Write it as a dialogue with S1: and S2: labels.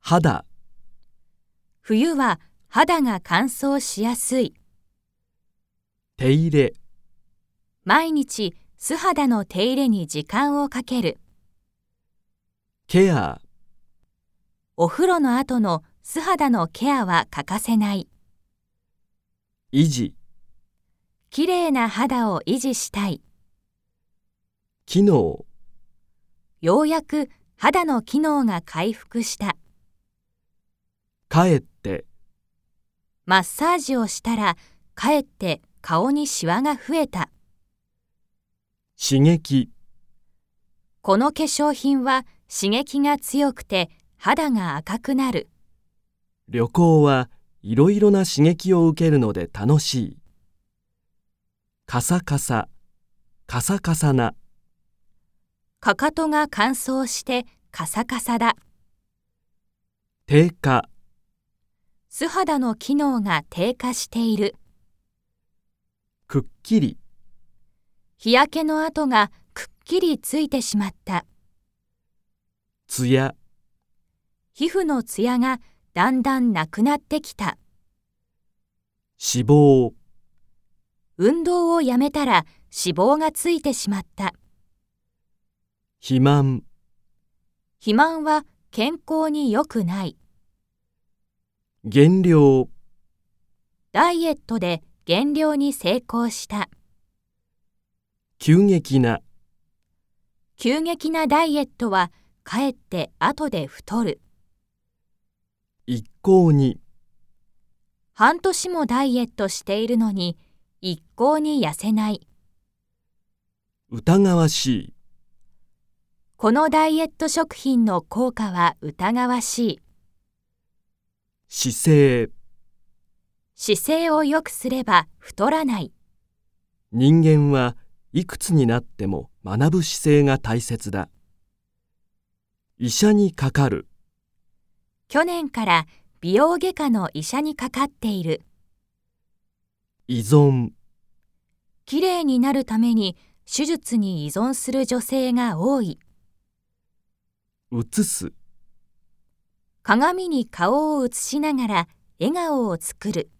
S1: 肌、
S2: 冬は肌が乾燥しやすい。
S1: 手入れ、
S2: 毎日素肌の手入れに時間をかける。
S1: ケア、
S2: お風呂の後の素肌のケアは欠かせない。
S1: 維持、
S2: 綺麗な肌を維持したい。
S1: 機能、
S2: ようやく肌の機能が回復した。
S1: 帰って、
S2: マッサージをしたら、かえって顔にシワが増えた。
S1: 刺激、
S2: この化粧品は刺激が強くて肌が赤くなる。
S1: 旅行はいろいろな刺激を受けるので楽しい。カサカサ、カサカサな、
S2: かかとが乾燥してカサカサだ。
S1: 低下、
S2: 素肌の機能が低下している。
S1: くっきり、
S2: 日焼けの跡がくっきりついてしまった。
S1: ツヤ、
S2: 皮膚のツヤがだんだんなくなってきた。
S1: 脂肪、
S2: 運動をやめたら脂肪がついてしまった。
S1: 肥満、
S2: 肥満は健康に良くない。
S1: 減量、
S2: ダイエットで減量に成功した。
S1: 急激な、
S2: 急激なダイエットはかえって後で太る。
S1: 一向に、
S2: 半年もダイエットしているのに一向に痩せない。
S1: 疑わしい。
S2: このダイエット食品の効果は疑わしい。
S1: 姿勢、
S2: 姿勢を良くすれば太らない。
S1: 人間はいくつになっても学ぶ姿勢が大切だ。医者にかかる、
S2: 去年から美容外科の医者にかかっている。
S1: 依存、
S2: 綺麗になるために手術に依存する女性が多い。
S1: 移す。
S2: 鏡に顔を映しながら笑顔を作る。